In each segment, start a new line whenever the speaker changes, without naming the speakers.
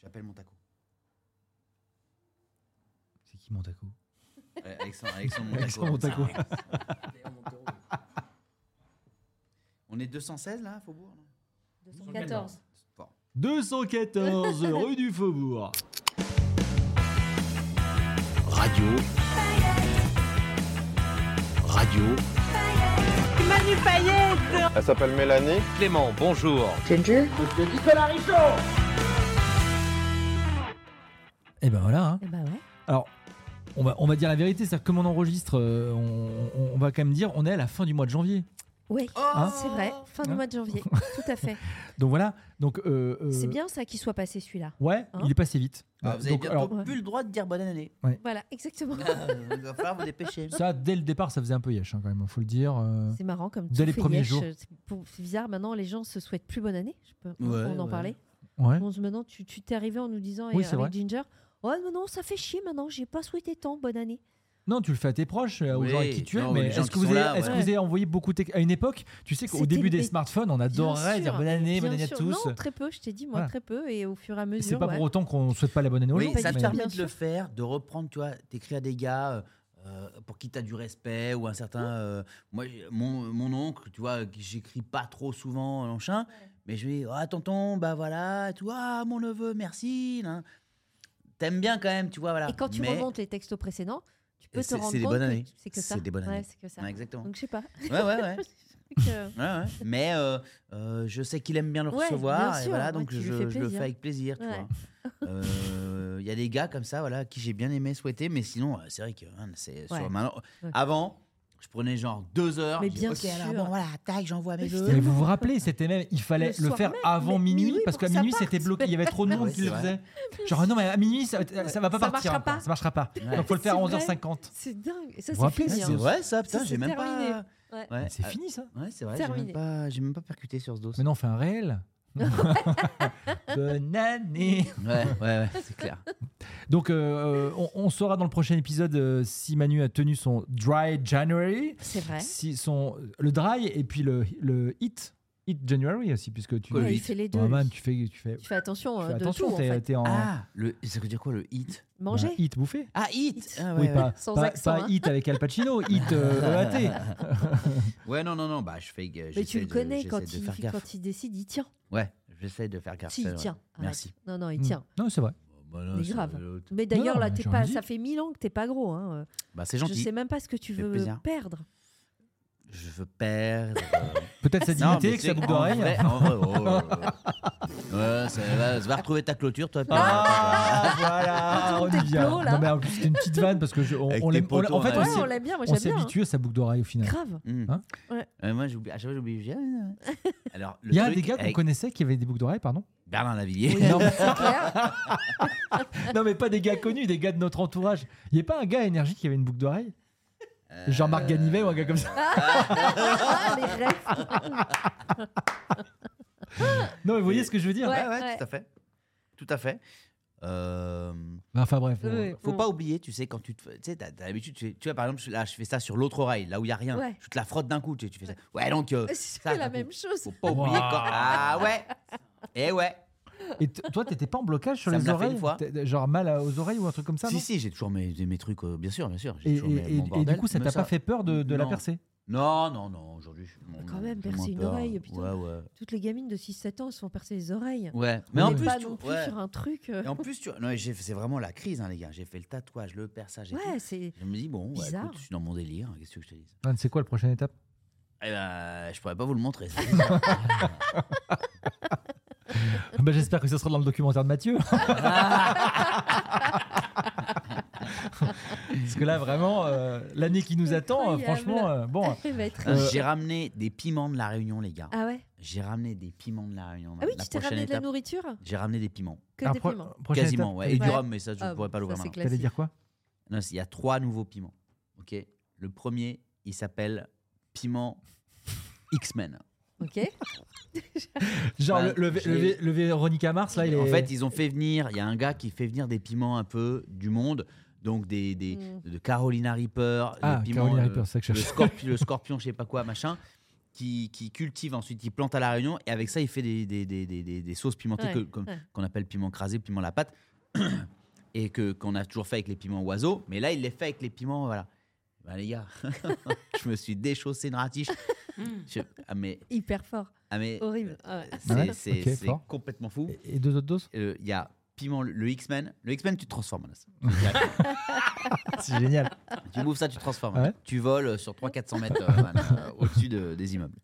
J'appelle mon taco.
C'est qui Montaco
Euh, Alexandre, Alexandre,
Alexandre
Montaco.
Montaco.
On est 216 là, à Faubourg non
214.
Bon.
214 rue du Faubourg.
Radio. Radio.
Elle s'appelle Mélanie.
Clément, bonjour.
Et ben voilà. hein.
Eh bah ouais.
Alors, on va, on va dire la vérité, c'est-à-dire que comme on enregistre, euh, on, on- on va quand même dire, on est à la fin du mois de janvier.
Oui,
Oh
Hein
c'est vrai. Fin du
Hein
mois de janvier. Tout à fait.
Donc voilà. Donc euh, euh,
C'est bien ça qu'il soit passé celui-là.
Ouais,
Hein
il est passé vite.
Ah,
Euh,
vous avez
donc,
bientôt
alors,
plus le droit de dire bonne année.
Voilà, exactement.
Ah, Il va falloir vous dépêcher.
ça, dès le départ, ça faisait un peu yesh hein, quand même, faut le dire. euh.
C'est marrant comme
Dès
tout
les
fait
premiers
yesh,
jours.
euh, C'est pour- c'est bizarre maintenant, les gens se souhaitent plus bonne année. Je peux,
Ouais,
on en
ouais.
parlait.
Ouais.
On se- maintenant, tu tu t'es arrivé en nous disant
Oui,
et
c'est
avec
vrai.
Ginger. Oh non, non, ça fait chier maintenant, j'ai pas souhaité tant bonne année.
Non, tu le fais à tes proches, euh, aux
Oui,
gens avec qui tu es,
non,
mais
les gens
est-ce que,
qui
vous
sont
avez,
là,
est-ce que
ouais.
vous avez envoyé beaucoup de textes À une époque, tu sais qu'au
C'était
début des
des-
smartphones, on adorait
Bien
dire
sûr,
bonne année,
bien
bonne année à
sûr.
tous.
Non, très peu, je t'ai dit, moi,
Voilà.
très peu. Et au fur et à
Et
mesure.
c'est pas
ouais.
pour autant qu'on souhaite pas la bonne année aux
Oui,
gens.
pas
ça
du
te
tout.
permet
Bien
de le
sûr.
faire, de reprendre, tu vois, d'écrire à des gars euh, euh, pour qui tu as du respect ou un certain. euh, moi, j'ai- mon, mon oncle, tu vois, qui j'écris pas trop souvent, euh, machin, mais je lui dis Ah, tonton, bah voilà, tu vois, mon neveu, merci. nan. T'aimes bien quand même, tu vois, voilà.
Et quand tu
Mais-
remontes les textes précédents, tu peux te
C'est-
rendre
c'est des
compte
bonnes
que
années.
c'est que ça.
C'est des bonnes
Ouais,
années.
c'est que ça.
Ouais, exactement.
Donc je sais pas.
Ouais, ouais, ouais.
Je sais que-
Ouais, ouais. Mais euh, euh, je sais qu'il aime bien le
Ouais,
recevoir.
bien
et
sûr,
voilà,
ouais,
donc
tu
je,
lui fais
je le fais
plaisir.
avec plaisir. tu
Ouais.
vois. Euh, Il y a des gars comme ça, voilà, qui j'ai bien aimé souhaiter. Mais sinon, euh, c'est vrai que hein, c'est sur-
Ouais.
maintenant-
Ouais.
Avant, je prenais genre deux heures.
Mais
je dis,
bien
Ok, alors
sûr.
bon, voilà, tac, j'envoie mes
Mais
vœux.
Mais vous vous rappelez, c'était même, il fallait
Le
le,
soir
faire
même,
avant
mais
minuit,
minuit
parce
pour
qu'à
que ça
minuui
parte.
c'était bloqué, il y avait trop de
Ouais,
monde
c'est
qui le
vrai.
faisait. Genre ah non mais à minuit ça, ça va pas partir,
Ça marchera
encore,
pas.
ça marchera pas.
Ouais.
Donc faut le faire à
C'est vrai.
11h50.
C'est dingue. Et Ça,
Vous
c'est
vous rappelez,
fini,
C'est
hein.
vrai, ça, putain,
Ça,
j'ai
c'est
même
terminé.
pas.
Ouais.
Ouais,
C'est
euh,
fini ça.
Ouais, c'est vrai, j'ai même,
Terminé.
pas, j'ai même pas percuté sur ce dos.
Maintenant on fait un réel. Bonne année.
Ouais, ouais, ouais, c'est clair.
Donc euh, on, on saura dans le prochain épisode euh, si Manu a tenu son dry January,
C'est vrai.
si son le dry et puis le le hit hit January aussi puisque tu.
Quoi, le
Ouais, il
hit
fait les deux.
Ouais,
lui.
man, tu fais tu fais,
Tu fais attention
tu fais
euh, de
attention
tout, en
t'es
fait.
t'es en
Ah, le, ça veut dire quoi le hit
Manger.
bah, hit bouffé.
Ah, hit,
Hit.
Ah,
oui,
ouais,
pas,
Sans
pas-
accent,
pas
hein.
hit avec Al Pacino, hit euh, EAT.
Ouais, non, non, non, bah je fais.
Mais tu le connais quand il, quand il décide, il tient.
Ouais, j'essaie de faire gaffe.
Si, il
ouais.
tient. Arrête.
Merci.
Non, non, il tient.
Hmm. Non, c'est vrai.
Bah, non,
Mais
c'est-
grave.
euh,
l'autre.
Mais d'ailleurs,
Non,
là,
mais
t'es
j'ai
pas,
envie.
ça fait mille ans que t'es pas gros. Hein.
Bah, c'est
Je
gentil.
sais même pas ce que tu
Fait
veux
plaisir.
perdre.
Je veux perdre.
Peut-être sa
Non,
dignité
mais
avec sa
c'est-
boucle
en
d'oreille.
vrai- en vrai, oh, oh, oh. Ouais, ça va, ça va retrouver ta clôture, toi. Pierre.
Ah, voilà,
Retourne tes
Olivia.
plots, là.
Non, mais en plus, c'était une petite vanne parce que je- on,
Avec
on
tes
l'aime. on l'a- En
potos,
fait,
hein.
on
Ouais, on
s'est-
l'aime bien, moi
on
j'aime
s'est
bien. hein.
habitué à sa boucle d'oreille au final.
Grave.
Hmm.
Hein
Ouais.
Euh, moi, j'oublie. À chaque fois, j'oublie. je dis, ah, ah, ah. Alors, le
Il y a
truc
des gars qu'on
avec
connaissait qui avaient des boucles d'oreilles, pardon.
Bernard Lavillier.
Non, mais-
C'est clair.
non, mais pas des gars connus, des gars de notre entourage. Il n'y a pas un gars énergie qui avait une boucle d'oreille
euh,
Jean-Marc Ganivet ou un gars comme ça.
Ah, les rêves.
Non, mais vous voyez ce que je veux dire
Ouais,
Ouais,
ouais,
ouais.
tout à fait. Tout à fait. Euh,
Enfin, bref. on-
Ouais.
Faut
Mm.
pas oublier, tu sais, quand tu te. Tu sais, t'as t'as l'habitude, tu, fais- tu vois, par exemple, je- là, je fais ça sur l'autre oreille, là où il n'y a rien.
Ouais.
Je te la frotte d'un coup, tu, sais, tu fais ça. Ouais, donc. euh,
C'est la
d'un
même
coup.
chose.
Faut pas oublier
Wow.
quand. Ah ouais Eh ouais
Et t- toi, t'étais pas en blocage sur
Ça me
les
l'a fait une
oreilles
fois.
T'es- Genre mal à- aux oreilles ou un truc comme ça non
Si, si, j'ai toujours mes, mes trucs, euh, bien sûr, bien sûr. j'ai
Et,
toujours mes-
et-
mon
et- et
bordel,
du coup, ça
mais
t'a pas fait peur de, de la
Non.
percer
Non, non, non, aujourd'hui. je suis- bon,
quand même,
j'ai moins
percer une
peur.
oreille, putain.
Ouais, ouais.
Toutes les gamines de 6-7 ans se font percer les oreilles.
Ouais, mais
On
en
n'est
plus,
pas
tu-
non plus
ouais.
sur un truc. euh,
Et en plus, tu non, j'ai- c'est vraiment la crise, hein, les gars. J'ai fait le tatouage, le perçage et tout.
Ouais, c'est.
Je me dis, bon, ouais,
Bizarre.
écoute, je suis dans mon délire, hein, qu'est-ce que je te dis
Ah, C'est quoi la prochaine étape
Eh ben, je pourrais pas vous le montrer. ça.
Bah, J'espère que ça sera dans le documentaire de Mathieu. Parce que là, vraiment, euh, l'année qui nous attend, euh,
Incroyable.
franchement, euh, bon.
Elle va être-
J'ai ramené des piments de la Réunion, les gars.
Ah ouais
J'ai ramené des piments de la Réunion.
Ah oui,
La
tu t'es
prochaine
ramené de la
étape,
nourriture
J'ai ramené des piments.
Que
Ah,
des
pro-
piments.
prochaine
Quasiment,
étape,
ouais.
t'allais
Et du
dire-
rhum, mais ça, je ne
Ah,
pourrais pas
ça,
l'ouvrir
c'est
maintenant.
clair.
T'allais dire quoi
Non, il y a trois nouveaux piments. Ok. Le premier, il s'appelle piment X-Men.
Ok.
Genre
Bah,
le, le,
j'ai-
le, Vé- le Véronica Mars, là, il est.
En fait, ils ont fait venir. Il y a un gars qui fait venir des piments un peu du monde. Donc des, des
Mm.
de Carolina Reaper,
Hmm. Ah,
le piment,
Carolina
euh,
Reaper, c'est ça que je
le,
cherchais.
scorpion, le scorpion, je sais pas quoi, machin, qui, qui cultive ensuite, qui plante à la Réunion et avec ça, il fait des, des, des, des, des- des sauces pimentées
Ouais,
que- comme-
ouais.
qu'on appelle piment crasé, piment à la pâte, et que qu'on a toujours fait avec les piments oiseaux, mais là, il les fait avec les piments, voilà. Bah, les gars, je me suis déchaussé une ratiche.
Mm.
Je- ah, mais,
Hyper fort.
ah, mais
Horrible. Ah ouais.
c'est
Ah ouais
c'est-
Ok,
c'est
fort.
complètement fou.
Et et deux autres doses
Euh, Il y a piment, le- le X-Men. Le X-Men, tu te transformes, Anas.
C'est génial.
Tu m'ouvres ça, tu te transformes.
Ah Ouais.
Tu voles euh, sur 300-400 mètres euh, Van, euh, au-dessus de- des immeubles.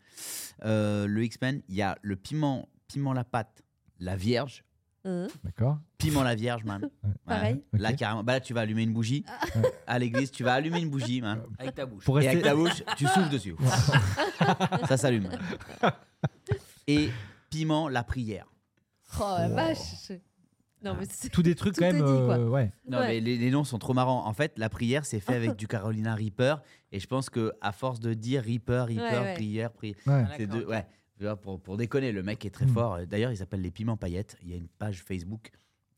Euh, le X-Men, il y a le piment, piment la pâte, la vierge.
Hein
D'accord.
Piment la vierge, man. Ouais.
Pareil.
Là,
Ok.
carrément. Bah, là, tu vas allumer une bougie
Ouais.
à l'église. Tu vas allumer une bougie, man. Avec ta bouche. Et
Pour rester-
avec ta bouche, tu souffles dessus. ça s'allume. Et piment la prière.
Oh la vache. Non, mais c'est.
Tous des trucs
Tout
quand
est
même.
dit, quoi.
euh, ouais.
Non,
Ouais.
mais les, les noms sont trop marrants. En fait, la prière, c'est fait avec du Carolina Reaper. Et je pense que à force de dire Reaper, Reaper,
Ouais, ouais.
prière, prière.
ouais.
C'est deux- ouais. Tu vois, pour, pour déconner, le mec est très
Mm.
fort. Euh, D'ailleurs, il s'appelle les piments paillettes. Il y a une page Facebook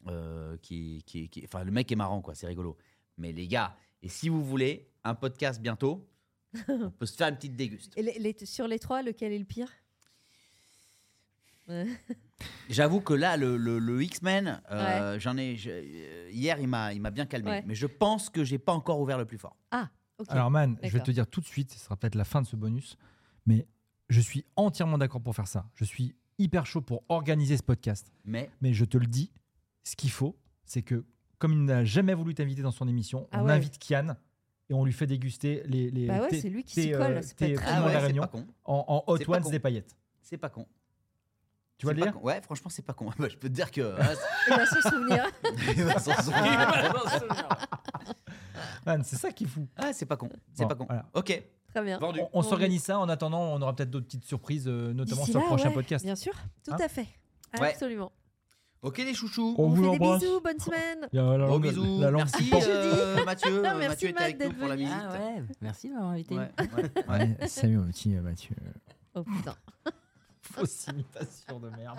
euh, qui, qui, qui- Enfin, le mec est marrant, quoi. C'est rigolo. Mais les gars, et si vous voulez un podcast bientôt, on peut se faire une petite déguste.
Et les- les- sur les trois, lequel est le pire
J'avoue que là, le, le- le X-Men, euh, j'en ai. je- euh, hier, il m'a il m'a bien calmé.
Ouais.
Mais je pense que j'ai pas encore ouvert le plus fort.
Ok.
Alors, man, je vais
D'accord.
te dire tout de suite, ce sera peut-être la fin de ce bonus, mais je suis entièrement d'accord pour faire ça. Je suis hyper chaud pour organiser ce podcast.
Mais
Mais je te le dis, ce qu'il faut, c'est que comme il n'a jamais voulu t'inviter dans son émission,
Ah
on
ouais.
invite Kian et on lui fait déguster les. les
Bah ouais,
tes-
c'est lui qui
tes,
s'y
euh,
colle. C'est pas
tes
très
piments
ah
à
ouais,
la
c'est
Réunion
pas con.
en, en
C'est
Hot
pas
Ones
con.
des paillettes.
C'est pas con.
Tu vois
C'est
le
pas
délire
con. Ouais, franchement, c'est pas con. Bah, je peux te dire que. ah,
Il va se souvenir.
c'est- il va s'en souvenir.
Man, C'est ça qui est fou.
Ah, c'est pas con. C'est
Bon,
pas con.
voilà.
Ok,
Très bien.
vendu.
On, on s'organise ça. En attendant, on aura peut-être d'autres petites surprises, euh, notamment
D'ici
sur le
là,
prochain
ouais,
podcast.
Bien sûr, tout
Hein
à fait.
Ouais.
Absolument.
Ok, les chouchous.
On
On,
vous
fait des
embrasse.
bisous, bonne semaine.
Il y a Oh, la
Gros
langue-
bisous.
la langue
Merci
qui pend.
euh, Mathieu.
Merci,
Mathieu était
Matt,
avec nous
d'être
pour la
venu.
visite.
Ah ouais, merci de m'avoir invité.
Ouais, ouais, ouais.
Ouais, salut mon petit euh, Mathieu.
Oh putain.
Fausse imitation de merde.